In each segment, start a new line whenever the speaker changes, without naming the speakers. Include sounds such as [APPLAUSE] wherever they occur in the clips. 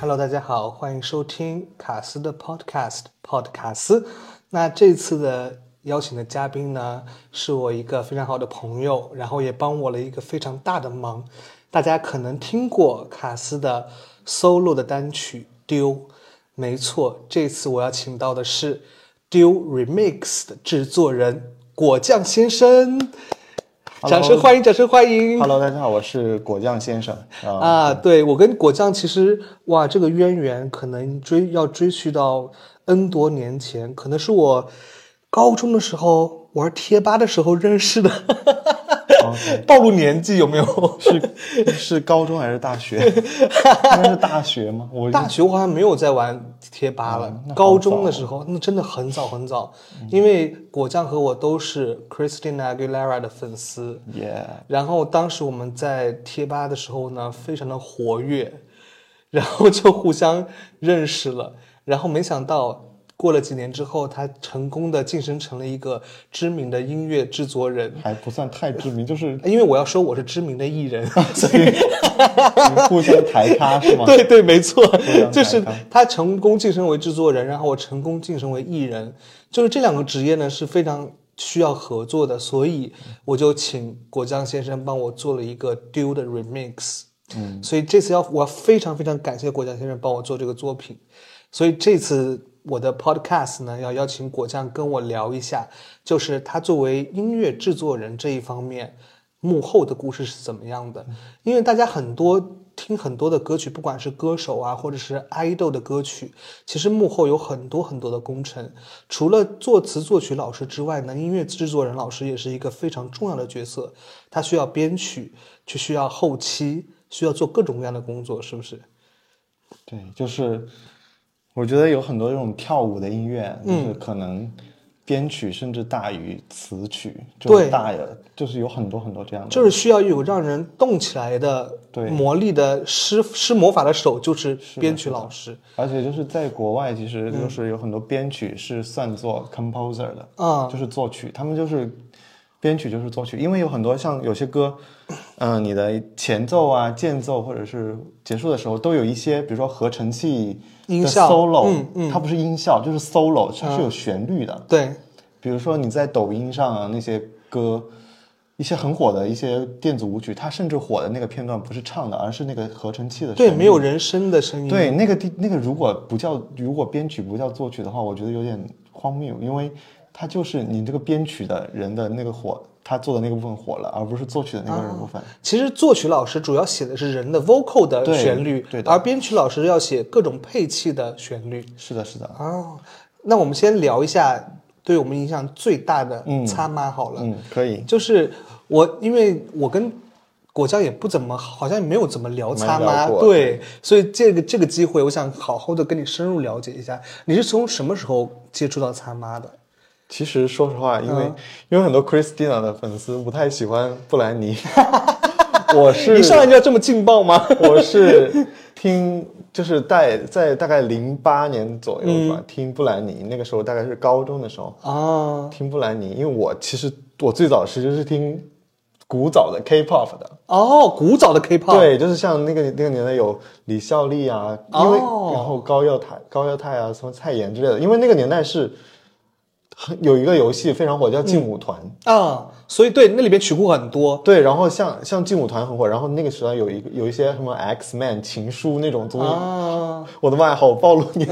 Hello，大家好，欢迎收听卡斯的 Podcast Pod 卡斯。那这次的邀请的嘉宾呢，是我一个非常好的朋友，然后也帮我了一个非常大的忙。大家可能听过卡斯的 solo 的单曲《丢》，没错，这次我要请到的是《丢 Remix》的制作人果酱先生。掌声欢迎，掌声欢迎。
Hello，大家好，我是果酱先生。啊、
啊，对我跟果酱其实哇，这个渊源可能追要追溯到 N 多年前，可能是我高中的时候玩贴吧的时候认识的， [LAUGHS] 暴露年纪有没有？
哦是是高中还是大
[LAUGHS]
学？应该是大学吗？我
大学我好像没有在玩贴吧了，
哦那好嗯
高中的时候那真的很早很早，因为果酱和我都是 Christina Aguilera 的粉丝，
耶
然后当时我们在贴吧的时候呢，非常的活跃，然后就互相认识了。然后没想到过了几年之后，他成功的晋升成了一个知名的音乐制作人。
还不算太知名，就是 [LAUGHS]
因为我要说我是知名的艺人，啊所以
你互相抬咖是吗？
[LAUGHS] 对对，没错
常，
就是
感
他成功晋升为制作人，然后我成功晋升为艺人，就是这两个职业呢是非常需要合作的，所以我就请果酱先生帮我做了一个丢的 remix。嗯，所以这次要我要非常非常感谢果酱先生帮我做这个作品，所以这次我的 podcast 呢要邀请果酱跟我聊一下，就是他作为音乐制作人这一方面，幕后的故事是怎么样的？因为大家很多听很多的歌曲，不管是歌手啊，或者是爱豆的歌曲，其实幕后有很多很多的工程。除了作词作曲老师之外呢，音乐制作人老师也是一个非常重要的角色，他需要编曲，就需要后期，需要做各种各样的工作，是不是？
对，就是我觉得有很多这种跳舞的音乐，
嗯
就是可能编曲甚至大于词曲，就是
对
大有，就是有很多很多这样的。
就是需要有让人动起来的
对
魔力的施施魔法的手，就是编曲老师
而且就是在国外，其实
嗯
就是有很多编曲是算作 composer 的，
啊
就是作曲，他们就是编曲就是作曲，因为有很多像有些歌，嗯、你的前奏啊、间奏或者是结束的时候，都有一些，比如说合成器的
音效
solo，
嗯嗯啊
它不是音效，就是 solo，它是有旋律的。
对，
比如说你在抖音上啊那些歌，一些很火的一些电子舞曲，它甚至火的那个片段不是唱的，而是那个合成器的
对，
旋律
没有人声的声音，
对，那个地那个如果不叫如果编曲不叫作曲的话，我觉得有点荒谬，因为它就是你这个编曲的人的那个火，他做的那个部分火了，而不是作曲的那个人部分。
其实作曲老师主要写的是人的 vocal 的
对
旋律，
对的
而编曲老师要写各种配器的旋律。
是的，是的，
哦，那我们先聊一下对我们影响最大的擦妈好了，
嗯，可以。
就是我，因为我跟果酱也不怎么，好像也没有怎么聊擦妈，
没聊过
对，所以这个这个机会，我想好好的跟你深入了解一下，你是从什么时候接触到擦妈的？
其实说实话，因为、因为很多 Christina 的粉丝不太喜欢布兰 [LAUGHS] 妮，我是
一上来就要这么劲爆吗？
我是听，就是在在大概零八年左右吧，听布兰妮，那个时候大概是高中的时候
啊
听布兰妮，因为我其实我最早其实是听古早的 K-pop 的，
哦，古早的 K-pop，
对，就是像那个那个年代有李孝利啊，因为、
哦
然后高耀太高耀太啊，什么蔡妍之类的，因为那个年代是很有一个游戏非常火，叫劲舞团。
啊，所以对那里边曲库很多，
对，然后像像劲舞团很火，然后那个时代有一个有一些什么 X Man 情书那种综艺，
啊，
我的妈呀，好暴露年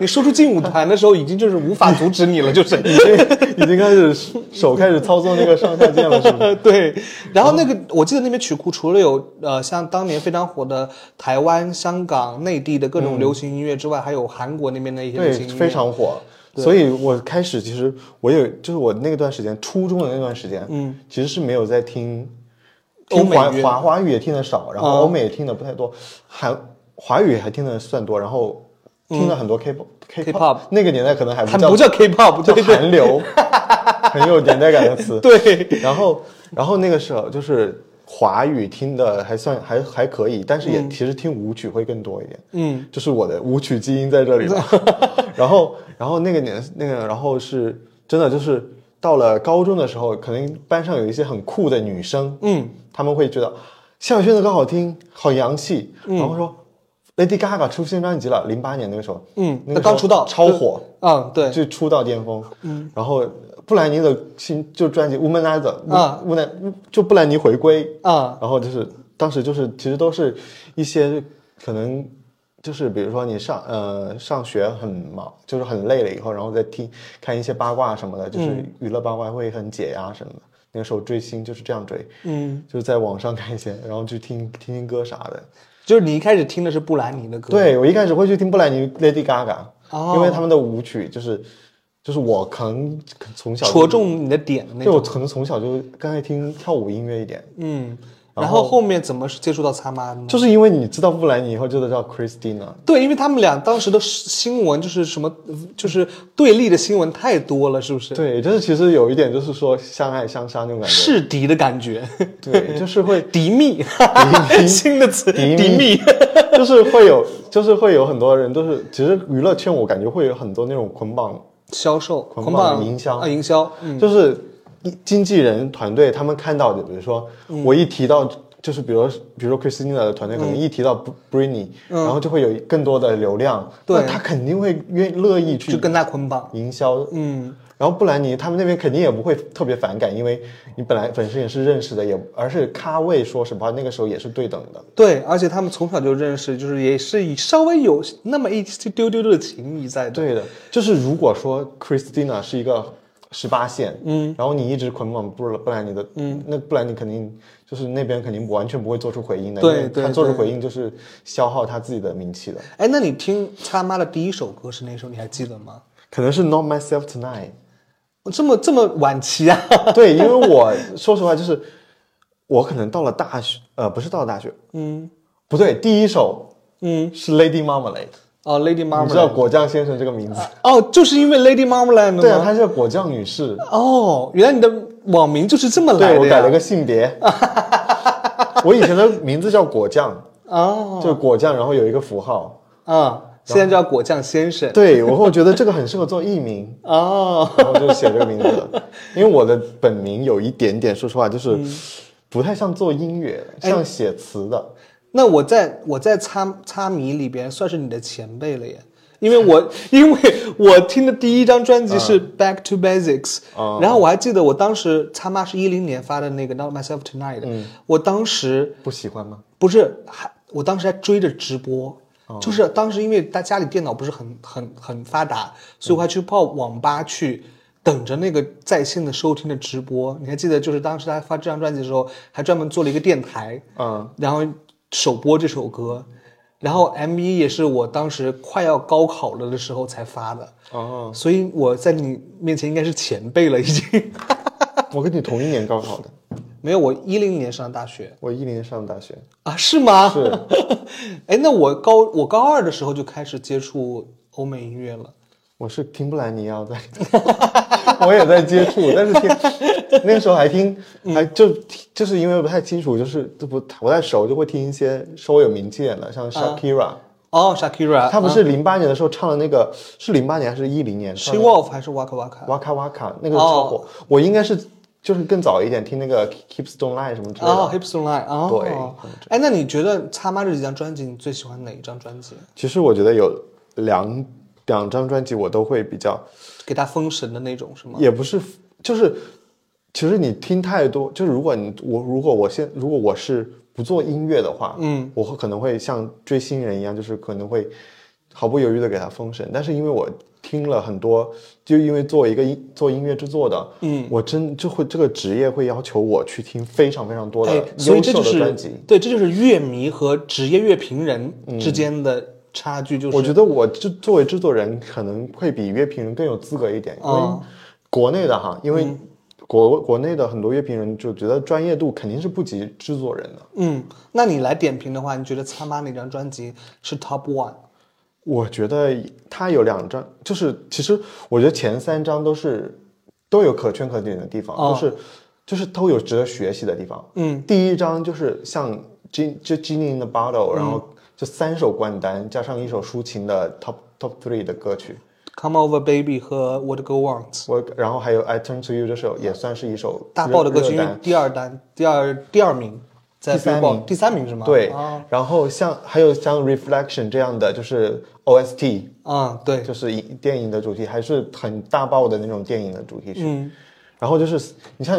你说出劲舞团的时候，已经就是无法阻止你了，就是。
已经已经开始手开始操作那个上下键了，是吗？
[LAUGHS] 对，然后那个我记得那边曲库除了有呃像当年非常火的台湾、香港、内地的各种流行音乐之外，还有韩国那边的一些流
对，
行音乐。
非常火。所以我开始其实我有，就是我那段时间，初中的那段时间，嗯，其实是没有在听，
欧
听
美
华
乐哦
华华语也听的少，然后欧美也听的不太多，韩华语还听的算多，然后听了很多 K-pop、
嗯 K-pop
那个年代可能还不
它
叫
[LAUGHS] 不叫 K-pop，
叫
对对 [LAUGHS]
韩流，很有年代感的词。
对，
然后，然后那个时候就是华语听的还算还还可以，但是也其实听舞曲会更多一点。
嗯，
就是我的舞曲基因在这
[LAUGHS]
里了。然后，然后那个年那个，然后是真的就是到了高中的时候，可能班上有一些很酷的女生，
嗯，
他们会觉得向宇轩的歌好听，好洋气，
嗯
然后说 Lady Gaga 出新专辑了，零八年那个时候，
嗯
那个时候
她刚出道
超火，
嗯，对，
就出道巅峰，嗯，然后布兰妮的新就专辑《Womanizer》
啊，
乌兰就布兰妮回归，
啊，
然后就是当时就是其实都是一些可能就是比如说你上呃上学很忙，就是很累了以后，然后再听看一些八卦什么的，就是
嗯
娱乐八卦会很解压什么的。那个时候追星就是这样追，
嗯，
就是在网上看一些，然后去听听听歌啥的。
就是你一开始听的是布兰妮的歌，
对我一开始会去听布兰妮、Lady Gaga，、
哦
因为他们的舞曲就是就是我可能从小就
戳中你的点的
对
那种。
我可能从小就更爱听跳舞音乐一点，
嗯，
然
然后后面怎么是接触到擦妈的呢？
就是因为你知道布兰妮以后就知道 Christina，
对，因为他们俩当时的新闻就是什么，就是对立的新闻太多了，是不是？
对，就是其实有一点就是说相爱相杀那种感觉，
是敌的感觉，
对，就是会
[LAUGHS] 敌密， [LAUGHS] 新的词，
敌密 [LAUGHS]
敌密。
就是会有就是会有很多人都是，其实娱乐圈我感觉会有很多那种捆绑，
销售、
捆
捆
绑
绑
营销
啊，营销，嗯
就是一经纪人团队他们看到的，比如说
嗯
我一提到。就是比如，比如说 Christina 的团队可能一提到 Br- Britney，、然后就会有更多的流量，
嗯对
那他肯定会愿乐意去
就跟他捆绑。
营销，
嗯，
然后布兰妮他们那边肯定也不会特别反感，因为你本来本身也是认识的，也而是咖位，说实话那个时候也是对等的。
对，而且他们从小就认识，就是也是稍微有那么一丢丢的情谊在的。
对的，就是如果说 Christina 是一个十八线，嗯，然后你一直捆绑布布兰妮的，嗯，那布兰妮肯定就是那边肯定完全不会做出回应的，
对
因为
对
他做出
对
回应就是消耗他自己的名气的，
哎，那你听他妈的第一首歌是哪首？你还记得吗？
可能是 Not Myself Tonight。
这么这么晚期啊？
[LAUGHS] 对，因为我说实话，就是 [LAUGHS] 我可能到了大学，呃，不是到了大学，
嗯
不对，第一首
嗯，
是 Lady Marmalade，啊
哦，Lady
你知道
Marmalade，
果酱先生这个名字？
哦，就是因为 Lady Marmalade 吗？
对啊，他叫果酱女士。
哦，原来你的网名就是这么来
对，
的
我
呀
改了个性
[LAUGHS]
别。我以前的名字叫果酱，
哦，
就是果酱，然后有一个符号。
啊，现在叫果酱先生。
对，我会觉得这个很适合做艺名，
哦，
然后就写这个名字了。因为我的本名有一点点，说实话就是
嗯
不太像做音乐，
哎
像写词的。
那我在我在擦擦迷里边算是你的前辈了耶，因为
[LAUGHS]
我因为我听的第一张专辑是
嗯
Back to Basics，、然后
哦
我还记得我当时擦妈是一零年发的那个 Not Myself Tonight，、我
嗯
当时
不喜欢吗？
不是还我当时还追着直播。就是当时因为他家里电脑不是很很很发达，所以我还去泡网吧去等着那个在线的收听的直播。你还记得，就是当时他发这张专辑的时候，还专门做了一个电台，
嗯，
然后首播这首歌，然后 M 一也是我当时快要高考了的时候才发的，
哦，
所以我在你面前应该是前辈了，已经 [LAUGHS]
我跟你同一年高考的，
没有我一零年上的大学
我一年上的大学。
啊，是吗？是， [LAUGHS] 哎，那我高我高二的时候就开始接触欧美音乐了，
我是听布兰妮啊，我在， [LAUGHS] 我也在接触，但是听那个时候还听，还就就是因为不太清楚，就是都不不太熟，就会听一些稍微有名气点的，像 Shakira，、
哦，Shakira，
她不是零八年的时候唱的那个，是零八年还是一零年唱
啊 She
的
Wolf 还是哦 Waka Waka？
哇卡哇卡那个超火，我应该是就是更早一点听那个 Keep Stone Line 什么之类的。
哦，Hips Don't Lie，哦，对，哎，那你觉得《擦妈》这几张专辑，你最喜欢哪一张专辑？
其实我觉得有两两张专辑我都会比较
给他封神的那种是吗？
也不是，就是其实你听太多，就是如果你我如果我现如果我是不做音乐的话，嗯，我会可能会像追星人一样，就是可能会毫不犹豫的给他封神。但是因为我听了很多，就因为作为一个音做音乐制作的，嗯，我真就会这个职业会要求我去听非常非常多的
哎，所以
优
这
秀
就
的专
是
辑。嗯
对，这就是乐迷和职业乐评人之间的差距，就是、
我觉得我就作为制作人，可能会比乐评人更有资格一点，因为
啊
国内的哈，因
嗯
为国、国内的很多乐评人就觉得专业度肯定是不及制作人的。
嗯，那你来点评的话，你觉得《擦妈》哪张专辑是 Top One？
我觉得他有两张，就是其实我觉得前三张都是都有可圈可点的地方，就是就是都有值得学习的地方。
啊嗯，
第一张就是像《Gin 就 Gin in the Bottle》，然
嗯
后就三首冠单加上一首抒情的 Top Top Three 的歌曲，
Come Over Baby 和 What Go Want
我然后还有《I Turn to You》这首也算是一首
嗯大爆的歌曲，
热
因
单
为第二单第二第二名在
第三
Billboard
名
第三名是吗？
对，
啊
然后像还有像 Reflection 这样的，就是 OST，
啊对，
就是影电影的主题，还是很大爆的那种电影的主题曲。
嗯，
然后就是你看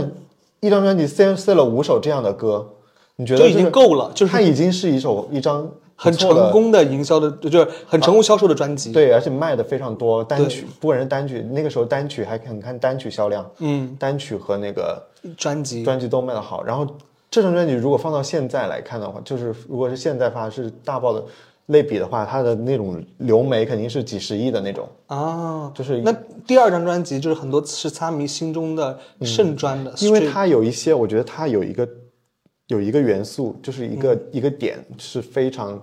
一张专辑塞塞了五首这样的歌，你觉得
就已
这
经
个
够了，就是
它已经是一首一张不
很
错的啊
成功的营销的，就是很成功销售的专辑。
对，而且卖的非常多，单曲不管是单曲，那个时候单曲还很看单曲销量，
嗯，
单曲和那个
专辑
专辑都卖的好。然后这张专辑如果放到现在来看的话，就是如果是现在发是大爆的类比的话，它的那种流媒肯定是几十亿的那种，
啊，
就是
那第二张专辑就是很多是擦迷心中的圣专的，
嗯因为它有一些，我觉得它有一个有一个元素，就是一个、一个点是非常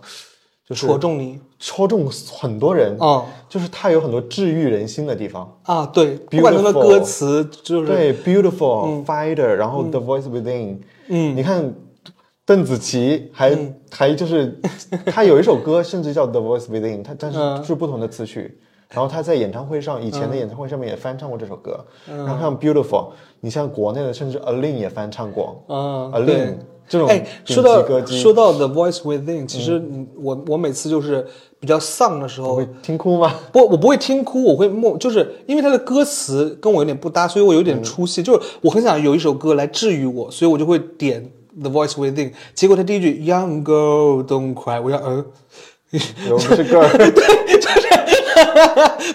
就是
戳中你
戳中很多人，
哦
就是它有很多治愈人心的地方。
啊，对，不管他的
Beautiful
歌词就是
对，Beautiful、Fighter，然后 The Voice Within，
嗯，
你看邓紫棋还、还就是她有一首歌，甚至叫 The Voice Within，她但是
嗯
是不同的词曲。然后她在演唱会上，以前的演唱会上面也翻唱过这首歌。
嗯
然后像 Beautiful，你像国内的，甚至 Alin 也翻唱过。
嗯，对
Alin。这种
哎，
顶
说
级歌
到
姬嗯
说到 The Voice Within，其实你我我每次就是比较丧的时候，
会听哭吗？ [LAUGHS]
不，我不会听哭，我会默，就是因为它的歌词跟我有点不搭，所以我有点出戏。就是我很想有一首歌来治愈我，所以我就会点 The Voice Within。结果他第一句 Young girl don't cry，我要嗯。
我不是歌儿。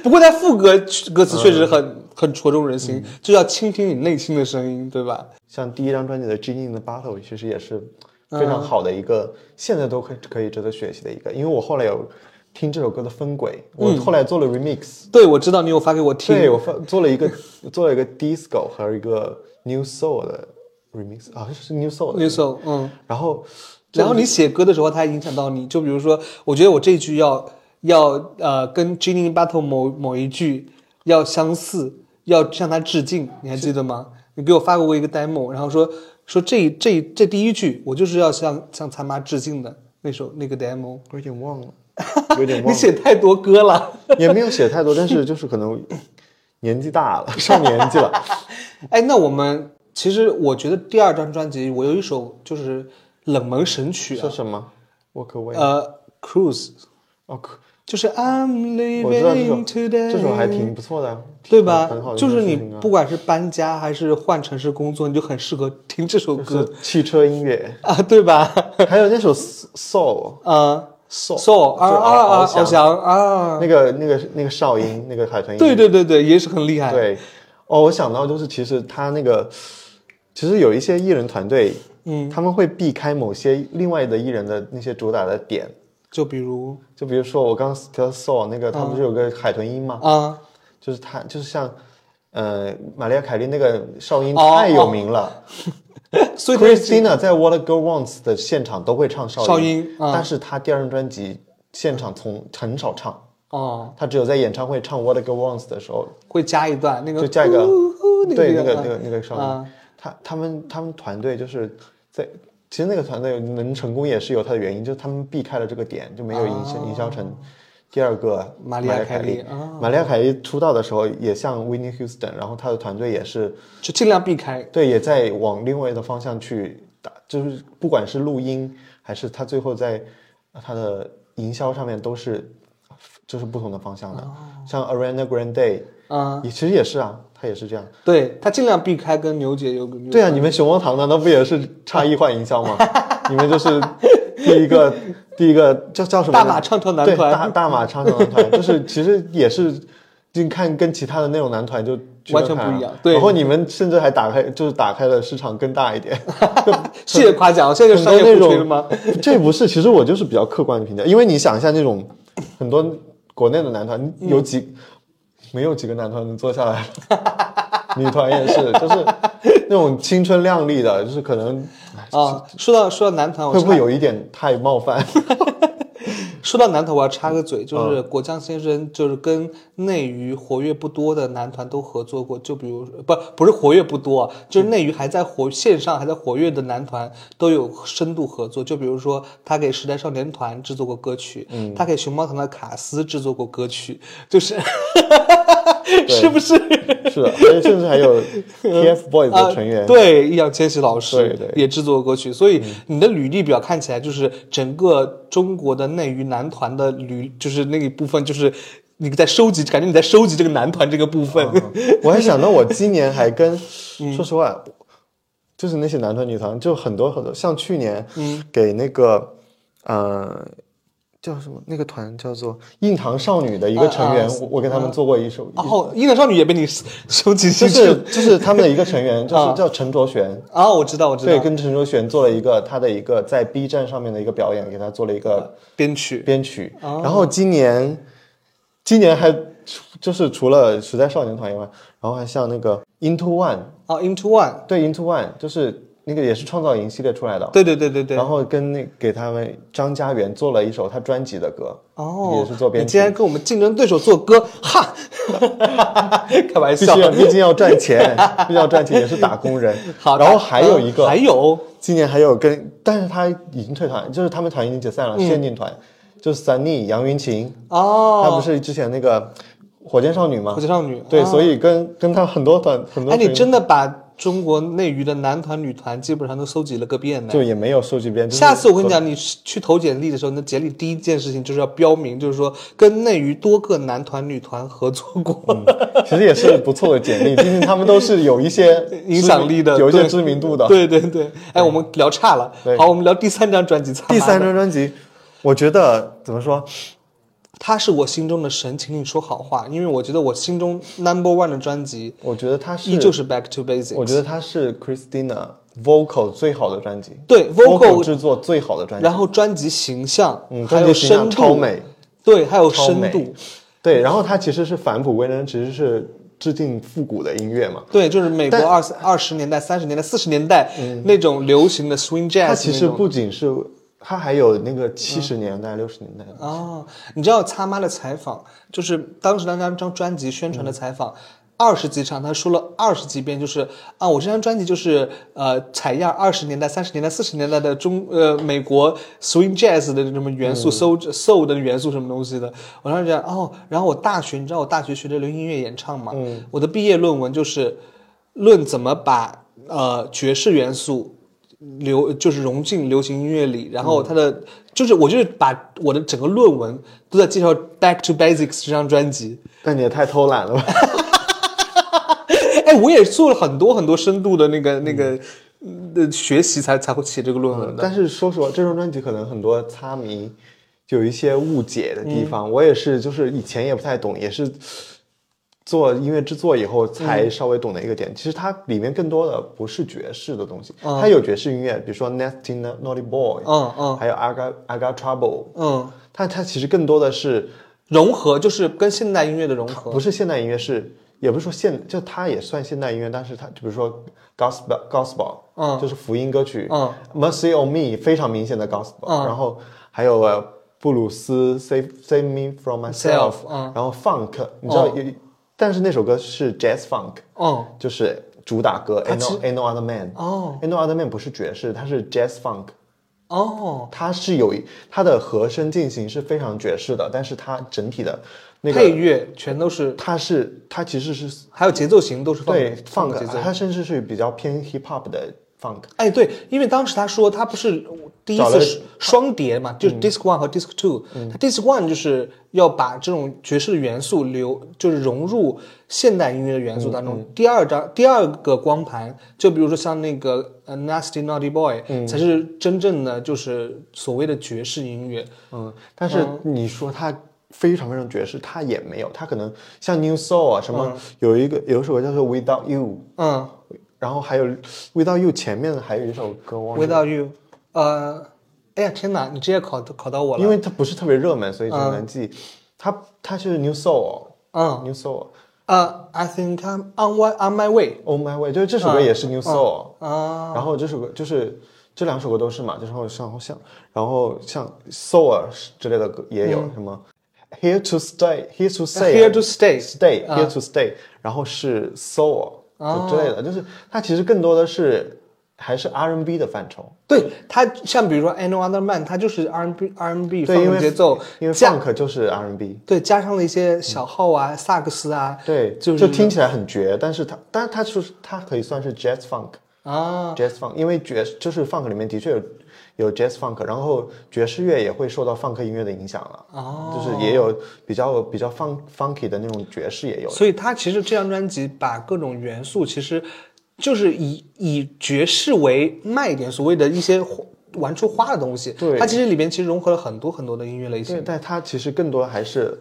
不过在副歌歌词确实很、很戳中人心，就要倾听你内心的声音，对吧？
像第一张专辑的《Gin in the Bottle》，其实也是
嗯
非常好的一个，现在都可以可以值得学习的一个。因为我后来有听这首歌的分轨，我
嗯
后来做了
[LAUGHS]
remix，、
对，我知道你有发给我听，
对我分做了一个做了一个 disco 和一个 new soul 的 remix，啊是 new soul 的
那，首嗯。
然后
然后你写歌的时候，它还影响到你。就比如说，我觉得我这句要要呃跟 Ginny Battle 某某一句要相似，要向他致敬，你还记得吗？你给我发过一个 demo，然后说说这这这第一句，我就是要向向他妈致敬的那首那个 demo。
我有点忘了，有点忘
[LAUGHS] 你
了，
写太多歌了，
也没有写太多，但是就是可能年纪大了，上年
[LAUGHS]
纪了，
哎，那我们其实我觉得第二张专辑我有一首就是冷门神曲啊
是，什么？Walk away，
呃，Cruise，
哦，可
就是 I'm
我知道这
leaving
首
today，
这首还挺不错的啊，
对吧
很好？的一
就
首
是你
抒情啊歌
不管是搬家还是换城市工作，你就很适合听这首歌，
是汽车音乐
啊，对吧？
还有那首 Soul
啊
Soul
，so 啊啊啊，翱翔啊，
那个那个那个哨音，那个海豚音，
哎对对对对，也是很厉害。
对哦，我想到就是其实他那个，其实有一些艺人团队，嗯，他们会避开某些另外的艺人的那些主打的点，
就比如
就比如说我刚刚提到 Soul
嗯
那个，他不是有个海豚音吗？
啊，
就是他就是像。呃，玛丽亚·凯莉那个哨音
哦
太有名了，
所以
Christina 在《What a Girl Wants》的现场都会唱哨音，
哨音啊
但是她第二张专辑现场从很少唱，
哦，
她只有在演唱会唱《What a Girl Wants》的时候，
会加一段那个
就加一个
呼呼那个
对
地
那个
方
那个那个哨
啊
音。他他们他们团队就是在，其实那个团队能成功也是有它的原因，就是他们避开了这个点，就没有营销营销成。第二个
玛丽
丽
亚
凯
凯莉啊
玛丽亚凯莉出道的时候也像 Whitney Houston，然后她的团队也是
就尽量避开。
哎对，也在往另外的方向去打，就是不管是录音还是他最后在他的营销上面都是就是不同的方向的。像 Ariana Grande
哦啊，
也其实也是啊，他也是这样。
对他尽量避开跟牛姐有个
对啊，你们熊猫堂难道不也是差异化营销
[LAUGHS]
吗？你们就是第一个 [LAUGHS] 第一个叫叫什么
大
呢？
马唱跳男
对，
团
大大马唱跳男团，就是其实也是，你看跟其他的那种男团就区
完
分
全
开
不
了
一样对
然后你们甚至还打开，就是打开了市场更大一点。
谢谢夸奖，现在就
很
商
多
业
那
互吹了吗
[LAUGHS] 种？，这不是，其实我就是比较客观的评价，因为你想一下那种很多国内的男团，有几、没有几个男团能坐下来了， [LAUGHS] 女团也是，就是那种青春靓丽的，就是可能
啊，说到说到男团，我
会不
插
会有一点太冒犯？
说到男团，我要插个嘴，就是果酱先生就是跟内娱活跃不多的男团都合作过，就比如不不是活跃不多，就是内娱还在活线上还在活跃的男团都有深度合作，就比如说他给时代少年团制作过歌曲，他给熊猫团的卡斯制作过歌曲，就是是不是？
是的，而且甚至还有 TFBOYS 的成员，
呃对，易烊千玺老师
对对嗯
也制作过歌曲，所以你的履历表看起来就是整个中国的内娱男团的履，就是那一部分，就是你在收集，感觉你在收集这个男团这个部分。 [LAUGHS]
[LAUGHS] 我还想到我今年还跟，
嗯
说实话，就是那些男团女团，就很多很多，像去年，
嗯
给那个，呃，叫什么那个团叫做硬糖少女的一个成员，
啊啊
我我给他们做过一首，
然后《伊朗少女》也被你收集
就
进去
是
了。
就是他们的一个成员，就是叫陈卓璇。
啊，我知道，我知
对，
道，
跟陈卓璇做了一个他的一个在 B 站上面的一个表演，给他做了一个
编曲
编曲。
哦
然后今年，今年还除就是除了时代少年团以外，然后还像那个 Into One，
啊，Into One，
对 Into One，就是那个也是创造营系列出来的。
对对对对对。
然后跟那给他们张家源做了一首他专辑的歌，
哦，
也是做编
你
曲
竟然跟我们竞争对手做歌，
[LAUGHS]
哈，开玩
毕
笑
竟。要毕竟要赚钱，毕竟要赚钱也是打工人。
[LAUGHS] 好，
然后还有一个
嗯还有
今年还有跟，但是他已经退团，就是他们团已经解散了，限定团，就是 Sunny 杨云晴，
嗯哦，
她不是之前那个火箭少女吗
火？箭少女，
对，
啊
所以跟跟她很多团很多
哎，
成员，
你真的把中国内娱的男团、女团基本上都搜集了个遍呢。
就也没有数据编。就是
下次我跟你讲，你去投简历的时候，你的简历第一件事情就是要标明，就是说跟内娱多个男团、女团合作
[LAUGHS]
过。
其实也是不错的简历，毕竟他们都是有一些
[LAUGHS] 影响力的
知名有一些
对
知名度的。
对对对，哎，我们聊差了
对。
好，我们聊第三张专辑。
[LAUGHS] 第三
张，
张专辑，我觉得怎么说？
他是我心中的神，请你说好话，因为我觉得我心中 number one 的专辑
我觉得她是，
依旧是 Back to Basics。
我觉得她是 Christina vocal 最好的专辑
对 vocal，
制作最好的专辑，
然后专辑形象，
嗯，
还
专
有
辑形象
深
超
度，
美。
对，还有
超
深
美
度。
对，然后它其实是返璞归真，其实是致敬复古的音乐嘛。
对，就是美国二十二十年代、三十年代、四十年代、那种流行的 swing
嗯它
jazz
其实
那种
不仅是，它还有那个七十年代、六十年代的。
哦，你知道擦妈的采访，就是当时那张张专辑宣传的采访。二十几场，他说了二十几遍，就是啊，我这张专辑就是呃采样二十年代、三十年代、四十年代的中呃美国 swing jazz 的什么元素、soul soul 的元素什么东西的。我当时觉得哦，然后我大学你知道我大学学的流行音乐演唱嘛，我的毕业论文就是论怎么把呃爵士元素流就是融进流行音乐里，然
嗯
后它的、就是我就是把我的整个论文都在介绍《Back to Basics》这张专辑。
但你也太偷懒了吧？
哎，我也做了很多很多深度的那个那个
嗯
呃学习才才会写这个论文的。
但是说实话，这张专辑可能很多擦迷有一些误解的地
嗯
方，我也是，就是以前也不太懂，也是做音乐制作以后才稍微懂的一个点。其实它里面更多的不是爵士的东西，它有爵士音乐，比如说 Nasty Naughty Boy，
嗯嗯
还有 Aga Aga Trouble，
嗯，
但它其实更多的是
融合就是跟现代音乐的融合。
不是现代音乐，是也不是说现，就它也算现代音乐，但是它就比如说 gospel gospel，嗯，就是福音歌曲，
嗯
，Mercy on Me 非常明显的 gospel，、然后还有呃布鲁斯 Save Save Me from Myself，
Self，、嗯哦
然后 funk，你知道有，但是那首歌是 jazz funk，
嗯
就是主打歌 Ain't No Ain't No Other Man，
哦
，Ain't No Other Man 不是爵士，它是 jazz funk。
哦，
它是有一它的和声进行是非常爵士的，但是它整体的那个
配乐全都是，
它是它其实是
还有节奏型都是放
对
放
funk，
节奏。
它甚至是比较偏 hip hop 的 funk。
哎，对，因为当时他说他不是第一
找了嗯
次是双碟嘛，就是 disc one 和 disc two，、他 disc one 就是要把这种爵士的元素留，就是融入现代音乐的元
嗯
素当中。第二张第二个光盘，就比如说像那个呃 Nasty Naughty Boy，、才
嗯
是真正的就是所谓的爵士音乐。
嗯，但是你说它非常非常爵士，它也没有，它可能像 New Soul 啊什么，有一个有一首歌叫做 Without You，
嗯
然后还有 Without You 前面还有一首歌忘了，
，Without You，呃，哎呀天哪，你直接考考到哦我了。
因为它不是特别热门，所以只能记。它它是 New Soul，New
嗯
Soul。哦
呃，I think
Oh
I'm on my on my way。嗯
哦 On My Way，就是这首歌也是 New Soul，、
啊
然后这首歌就是这两首歌都是嘛，就是像像，然后像 Soul 啊之类的歌也
嗯
有、什么 Here to Stay、Here to Say、啊
Here 啊 to Stay
Stay、Here to Stay，然后是 Soul
哦
就之类的，就是它其实更多的是还是 R&B 的范畴，
对他像比如说 Ano Other Man，他就是 R&B R&B 放
因
的
为
节奏，
因为
加
Funk 就是 R&B，
对加上了一些小号啊、萨克斯啊，
对，
就是
就听起来很绝，但是它但是它就是它可以算是 Jazz Funk。
啊，
jazz funk，因为爵就是 funk 里面的确有有 jazz funk，然后爵士乐也会受到 funk 音乐的影响了，哦，就是也有比较比较 fun funky 的那种爵士也有，
所以他其实这张专辑把各种元素其实就是以以爵士为卖点，所谓的一些花玩出花的东西，
对
它其实里面其实融合了很多很多的音乐类型
对，。但它其实更多还是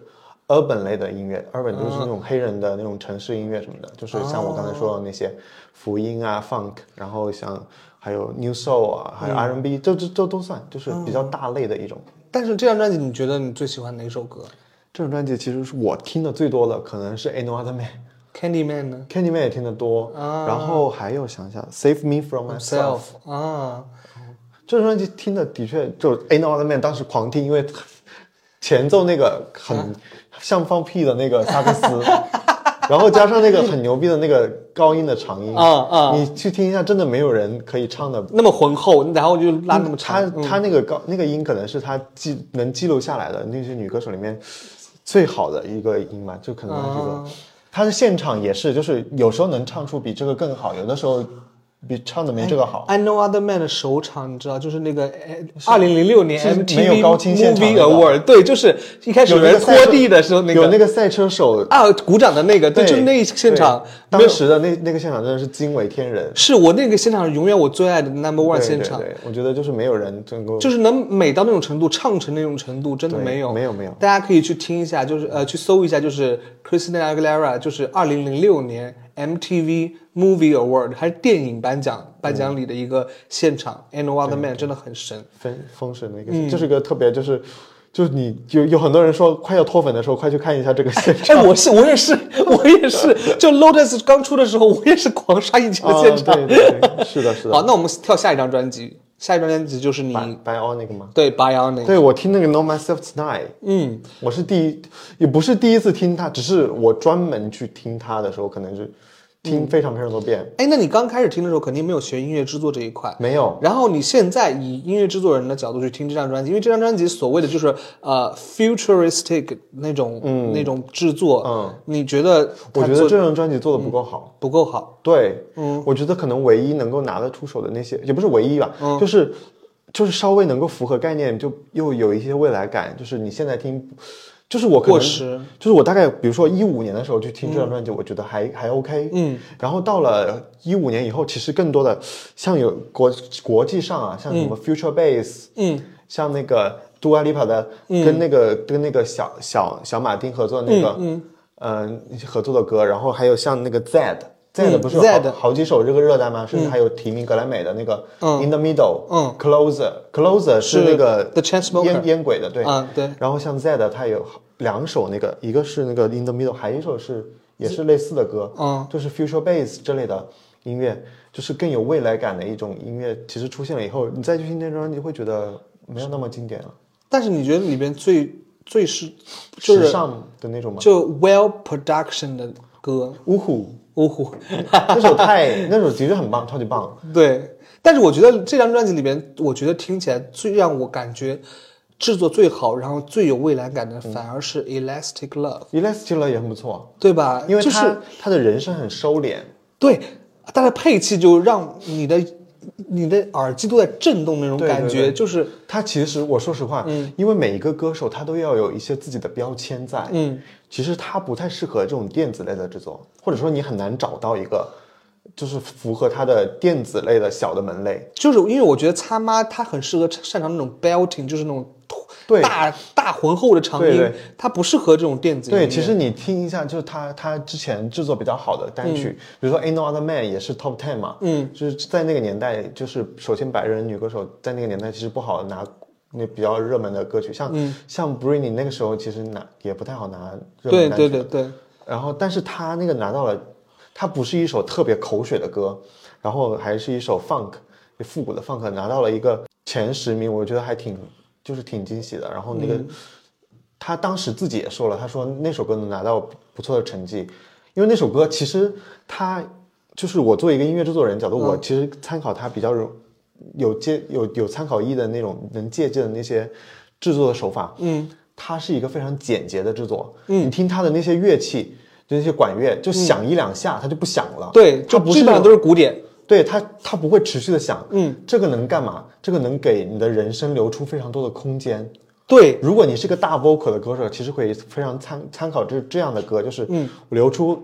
urban 类的音乐，urban 就是那种黑人的那种城市音乐什么的，就是像我刚才说的那些福音啊 funk，然后像还有 new soul 啊，还有 R&B，这这这都算，就是比较大类的一种。
但是这张专辑，你觉得你最喜欢哪首歌
这种专辑其实是我听的最多的，可能是 Ain't No Other Man。
？Candyman 呢
Candy Man 也听得多，
啊
然后还有想一下，Save Me From Myself
？Self 啊，
这张专辑听的的确就 A No Other Man 当时狂听，因为 [LAUGHS] 前奏那个
啊
很像放屁的那个萨克斯， [LAUGHS] 然后加上那个很牛逼的那个高音的长音，
啊啊
你去听一下，真的没有人可以唱的。
那么浑厚，然后就拉那么长，嗯
他他那个高那个音可能是他记能记录下来的那些女歌手里面最好的一个音嘛，就可能这
啊
个，他的现场也是，就是有时候能唱出比这个更好，有的时候比唱的没这个好。
I Know Other Man 的首场，你知道，就是那个哎二零零六年
是
MTV
没有高清现场
Movie
的
Award，对，就是一开始
有那
人
个
拖
赛车
地的时哎候那
有
个
那个赛车手，
啊鼓掌的那个，对，就是那一现场
对，
没
当
有
时的那那个现场真的是惊为天人。
是我那个现场永远我最爱的
对
Number One
对
现场，
对，我觉得就是没有人能够
就是能美到那种程度，唱成那种程度，真的
对
没有
没有没有
大家可以去听一下，就是呃去搜一下，就是 Christina Aguilera，就是二零零六年 MTV Movie Award 还是电影颁奖颁
嗯
奖礼的一个现场、a n d No Other Man 真的很神。
分封神的一个，
嗯
就是个特别就是。就是你有有很多人说快要脱粉的时候，快去看一下这个现
[LAUGHS]
场。
哎，我是我也是我
[LAUGHS]
也是，就 Lotus 刚出的时候，我也是狂刷以前的现场。
啊、对对对，是的，是的。
好，那我们跳下一张专辑，下一张专辑就是你
By All 嗯那个吗？
对 Bionic。
啊对，我听那个 Know Myself Tonight，嗯，我是第一，也不是第一次听他，只是我专门去听他的时候，可能是听非常非常多遍。
哎，那你刚开始听的时候肯定没有学音乐制作这一块，
没有，
然后你现在以音乐制作人的角度去听这张专辑，因为这张专辑所谓的就是呃 futuristic 那种、那种制作，嗯，你觉得
我
它
觉得这张专辑做的不够好。
不够好？
对，嗯，我觉得可能唯一能够拿得出手的那些，也不是唯一吧，就是就是稍微能够符合概念，就又有一些未来感。就是你现在听，就是我可能
过时
就是我大概比如说一五年的时候去听这张专辑，我觉得还还 OK，嗯，然后到了一五年以后，其实更多的像有国国际上啊，像什么 Future Bass，嗯，像那个杜阿丽帕的跟那个、跟那个小小小马丁合作的那个，嗯，呃，合作的歌，然后还有像那个 Zed。Zed 不是有好
Zed
好几首这个热单吗？甚至还有提名格莱美的那个 In the Middle，嗯，Closer，Closer 是那个
The Chainsmokers
烟烟鬼的，呃对，
啊对
然后像 Z 的，它有两首那个，一个是那个 In the Middle，还有一首是也是类似的歌，嗯，就是 Future Bass 之类的音乐，就是更有未来感的一种音乐。其实出现了以后，你再去听那张专辑，会觉得没有那么经典了，
但是你觉得里边最最是就是
时尚的那种嘛。
就 well production 的歌，
呜呼，
呜呼， [LAUGHS]
那首太那首的确很棒，超级棒。
对，但是我觉得这张专辑里边，我觉得听起来最让我感觉制作最好，然后最有未来感的，
嗯
反而是 Elastic Love，、
Elastic Love 也很不错，
对吧？
因为
就
他、
是
他的人声很收敛，
对，它的配器就让你的你的耳机都在震动那种
对
感觉，
对对
就是
他其实我说实话，因为每一个歌手他都要有一些自己的标签在，嗯，其实他不太适合这种电子类的制作，或者说你很难找到一个就是符合他的电子类的小的门类。
就是因为我觉得擦妈她很适合擅长那种 belting，就是那种
对
大大浑厚的长音，
对对
它不适合这种电子音乐。
对，其实你听一下，就是他他之前制作比较好的单曲，比如说《Ain't No Other Man》也是 Top Ten 嘛，嗯，就是在那个年代，就是首先白人女歌手在那个年代其实不好拿那比较热门的歌曲，像、像 Britney 那个时候其实拿也不太好拿热
对
门单曲
对对对，
然后，但是他那个拿到了，他不是一首特别口水的歌，然后还是一首 funk，给复古的放克拿到了一个前十名，我觉得还挺就是挺惊喜的。然后那个、他当时自己也说了，他说那首歌能拿到不错的成绩，因为那首歌其实他就是我作为一个音乐制作人角度，我其实参考他比较容有借有有参考意义的那种能借鉴的那些制作的手法，嗯，它是一个非常简洁的制作，嗯，你嗯听它的那些乐器，就那些管乐，就响一两下，它就不响了，
对，就
它不
基
是
本
那
上
种
都是古典，
对它，它不会持续的响。嗯，这个能干嘛？这个能给你的人声留出非常多的空间。
对，
如果你是个大 vocal 的歌手，其实可以非常参参考这这样的歌，就是嗯，留出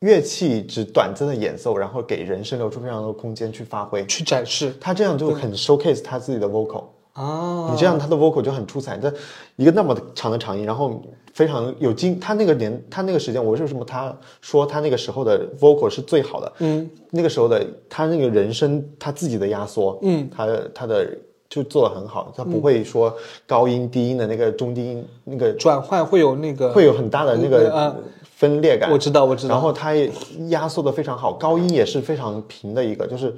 乐器只短暂的演奏，然后给人声留出非常多的空间去发挥。
去展示
他这样就很 showcase 他自己的 vocal。
啊，
你这样他的 vocal 就很出彩。这一个那么长的长音，然后非常有经，他那个年，他那个时间，我为什么他说他那个时候的 vocal 是最好的？嗯，那个时候的他那个人声，他自己的压缩，嗯，他的他的就做的很好，他不会说高音低音的那个中低音那个
转换会有那个，
会有很大的那
嗯
个分裂感。
我知道，我知道，
然后他也压缩的非常好，高音也是非常平的一个，就是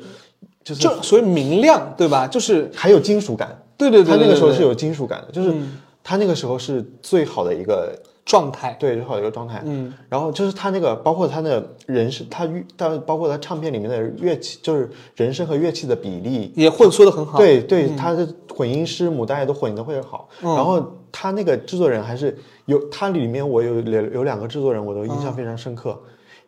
就是
就所谓明亮，对吧？就是
还有金属感。
对对对，
他那个时候
对
是
对嗯
有金属感的，就是他那个时候是最好的一个，
状态，
对，最好的一个状态。嗯，然后就是他那个，包括他的人声，他乐，他包括他唱片里面的乐器，就是人声和乐器的比例，
也混缩的很好，嗯
对对，他的混音师母带都混得会好。然后他那个制作人还是有，他里面我有有有两个制作人我都印象非常深刻，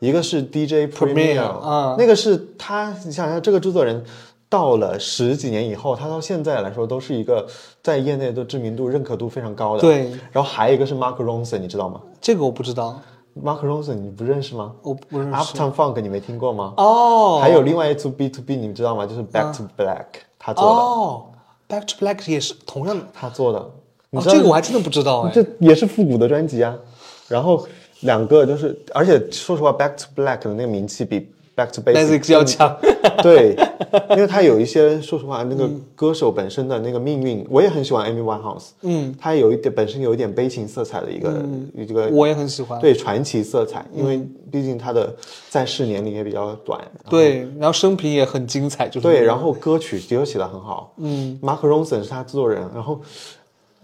一个是 DJ
嗯 Premier，
Premier，
嗯
那个是他，你想想这个制作人。到了十几年以后，他到现在来说都是一个在业内的知名度、认可度非常高的。
对，
然后还有一个是 Mark Ronson，你知道吗
这个我不知道，
？Mark Ronson 你不认识吗
我不认识。
？Uptown Funk 你没听过吗？
哦，
还有另外一组 B to B 你们知道吗？就是 Back to Black，、他做的。
哦，Back to Black 也是同样的，
他做的，你
哦，
知道、
这个我还真的不知道哎。
这也是复古的专辑啊。然后两个就是，而且说实话，Back to Black 的那个名气比 Back to
Basics
Basics
要强，
对， [LAUGHS] 因为他有一些说实话，那个
嗯
歌手本身的那个命运，我也很喜欢 Amy Winehouse，嗯，他有一点本身有一点悲情色彩的一个、
嗯
一个
我也很喜欢。
对传奇色彩，
嗯
因为毕竟他的在世年龄也比较短，
对然后生平也很精彩，就是
对，然后歌曲也有写的很好，嗯，Mark Ronson 是他制作人，然后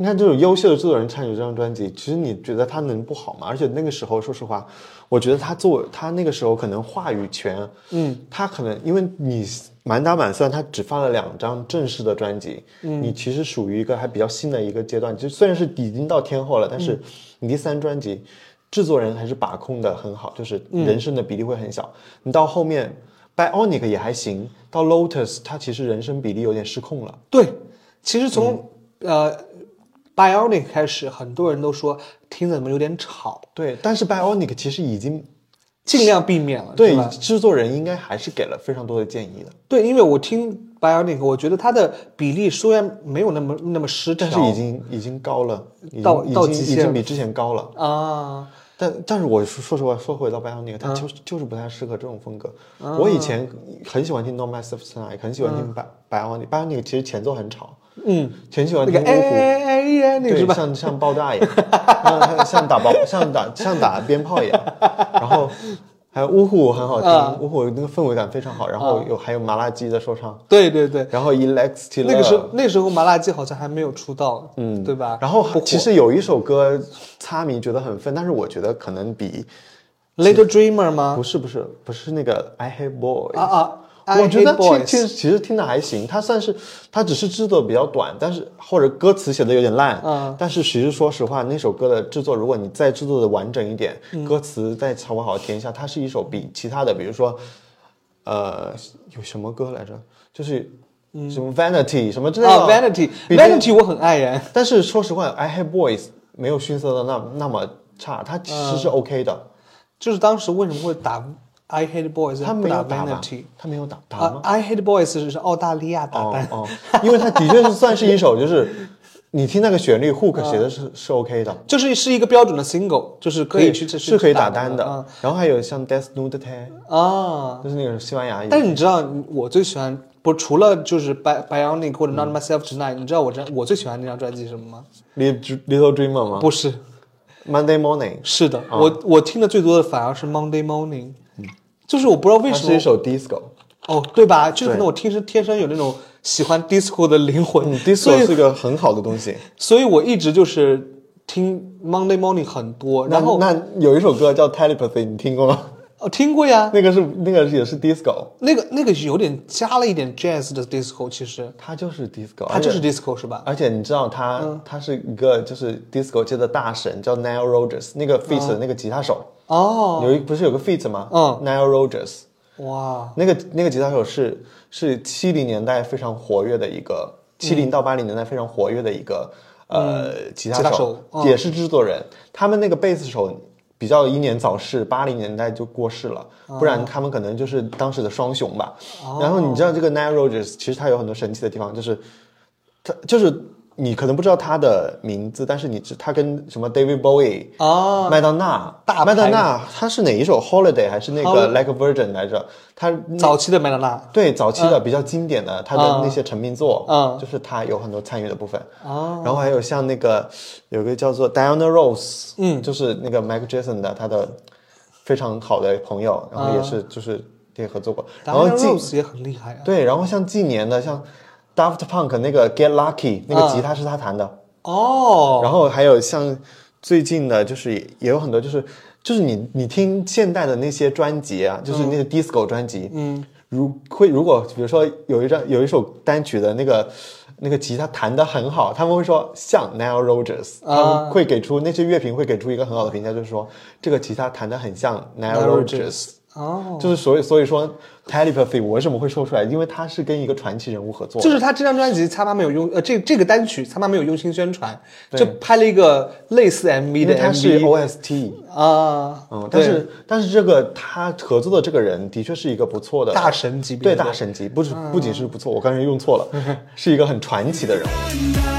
你看这种优秀的制作人参与这张专辑，其实你觉得他能不好吗？而且那个时候，说实话，我觉得他做他那个时候可能话语权，嗯，他可能因为你满打满算，他只发了两张正式的专辑，嗯，你其实属于一个还比较新的一个阶段，就虽然是已经到天后了，但是你第三专辑。制作人还是把控的很好，就是人声的比例会很小。你到后面，Bionic 也还行，到 Lotus 它其实人声比例有点失控了。
对，其实从、呃 Bionic 开始，很多人都说听着怎么有点吵，
对，但是 Bionic 其实已经
尽量避免了，
对
是吧？
制作人应该还是给了非常多的建议的，
对，因为我听 Bionic，我觉得它的比例虽然没有那么那么失调，
但是已经已经高了，已经
啊到
已
到
经
极
已
限
经比之前高了。
啊，
但但是我说说实话，说回到 Bionic，它
嗯
就是、就是不太适合这种风格。
啊
我以前很喜欢听 No Myself Tonight，很喜欢听 Bi Bionic。Bionic 其实前奏很吵，
嗯，
很喜欢
那
听
个
芜
哎
湖。
哎哎哎，那个
对，
是吧？
像像爆炸一样， [LAUGHS] 像像打爆，像打像打鞭炮一样。然后还有呜呼很好
啊
听，呜呼那个氛围感非常好。然后有还有麻辣鸡的说唱，
对对对，
然后 Electric
那个时候那时候麻辣鸡好像还没有出道，嗯，对吧？
然后
不火
其实有一首歌，擦迷觉得很愤，但是我觉得可能比
Little Dreamer 吗？
不是不是不是那个 I Hate Boy
啊啊，I
我觉得
Hate Boys
其其实其实听的还行，它算是它只是制作比较短，但是或者歌词写的有点烂，
嗯，
但是其实说实话，那首歌的制作，如果你再制作的完整一点，
嗯
歌词再稍微好填一下，它是一首比其他的，比如说，呃，有什么歌来着？就是什么 Vanity 什么之类的
嗯啊，Vanity
比那
Vanity 我很爱耶，
但是说实话，I Hate Boys 没有逊色的那那么差，它其
嗯
实是 OK 的，
就是当时为什么会打 I Hate Boys，
他
不
没有
打
打吧
Vanity？？
他没有打打吗
啊？，I Hate Boys 是澳大利亚打
哦
扮，
哦，因为它的确是算是一首，就是你听那个旋律 hook 写的是是 OK 的，
就是是一个标准的 single，就是嗯可以去去嗯
是可以打
单
单的。然后还有像 Death Nude Te，
啊。
就是那个西班牙语。
但是你知道我最喜欢不除了就是 Bi- Bionic
嗯
或者 Not Myself Tonight，你知道我这我最喜欢那张专辑是什么吗？
Little Little Dreamer 吗
不是，
？Monday Morning，
是的，
嗯
我我听的最多的反而是 Monday Morning，就是我不知道为
它
什
啊是一
么
首 disco。
哦，对吧？就是
对
可能我天生天生有那种喜欢 disco 的灵魂，
嗯，disco
所以
是个很好的东西。
所以我一直就是听 Monday Morning 很多，然后
那那有一首歌叫 Telepathy，你听过吗？ [LAUGHS]
哦听过呀，
那个是那个也是 disco，
那个那个有点加了一点 jazz 的 disco，其实
它就是 disco，
它就是 disco 是吧？
而且你知道他，
嗯
他是一个就是 disco 界的大神，叫 Nile Rodgers，那个 feat 的那个吉他手，
嗯哦，
有一不是有个 feat 吗？
嗯
，Nile Rodgers，
哇，
那个那个吉他手是是七零年代非常活跃的一个，七零到八零年代非常活跃的一个、呃吉他
嗯吉他手嗯
也是制作人。他们那个贝斯手比较英年早逝，八零年代就过世了，
哦
不然他们可能就是当时的双雄吧。然后你知道这个 Nile Rodgers，其实他有很多神奇的地方，就是他就是。你可能不知道他的名字，但是你知他跟什么 David Bowie
啊，
麦当娜，
大牌
哦麦当娜，她是哪一首 Holiday 还是那个 Like a Virgin 来着？她
早期的麦当娜
对早期的比较经典的她的那些成名作，
嗯
就是她有很多参与的部分。
啊，
然后还有像那个有个叫做 Diana Rose，
嗯，
就是那个 Michael Jackson 的他的非常好的朋友，然后也是就是也合作过。然后
啊 Diana
近
Rose 也很厉害啊。
对，然后像近年的像 Daft Punk 那个 Get Lucky 那个
嗯
吉他是他弹的。
哦，
然后还有像最近的，就是也也有很多，就是就是你你听现代的那些专辑
嗯
啊，就是那些 disco 专辑，嗯，如会如果比如说有一张有一首单曲的那个那个吉他弹得很好，他们会说像 Nile Rodgers，、他
啊
们会给出那些乐评会给出一个很好的评价，就是说这个吉他弹得很像 Nile
Nile
Rodgers。
哦，
就是所以所以说 telepathy 我为什么会说出来？因为他是跟一个传奇人物合作的，
就是他这张专辑，他妈没有用，呃，这这个单曲他妈没有用心宣传，就拍了一个类似 MV
因为
的
他是
MV
OST。
啊，
嗯，但
对
是但是这个他合作的这个人的确是一个不错的
大神级别
对
的嗯 [LAUGHS]
大神级，不是不仅是不错，我刚才用错了，是一个很传奇的人物。
Wonder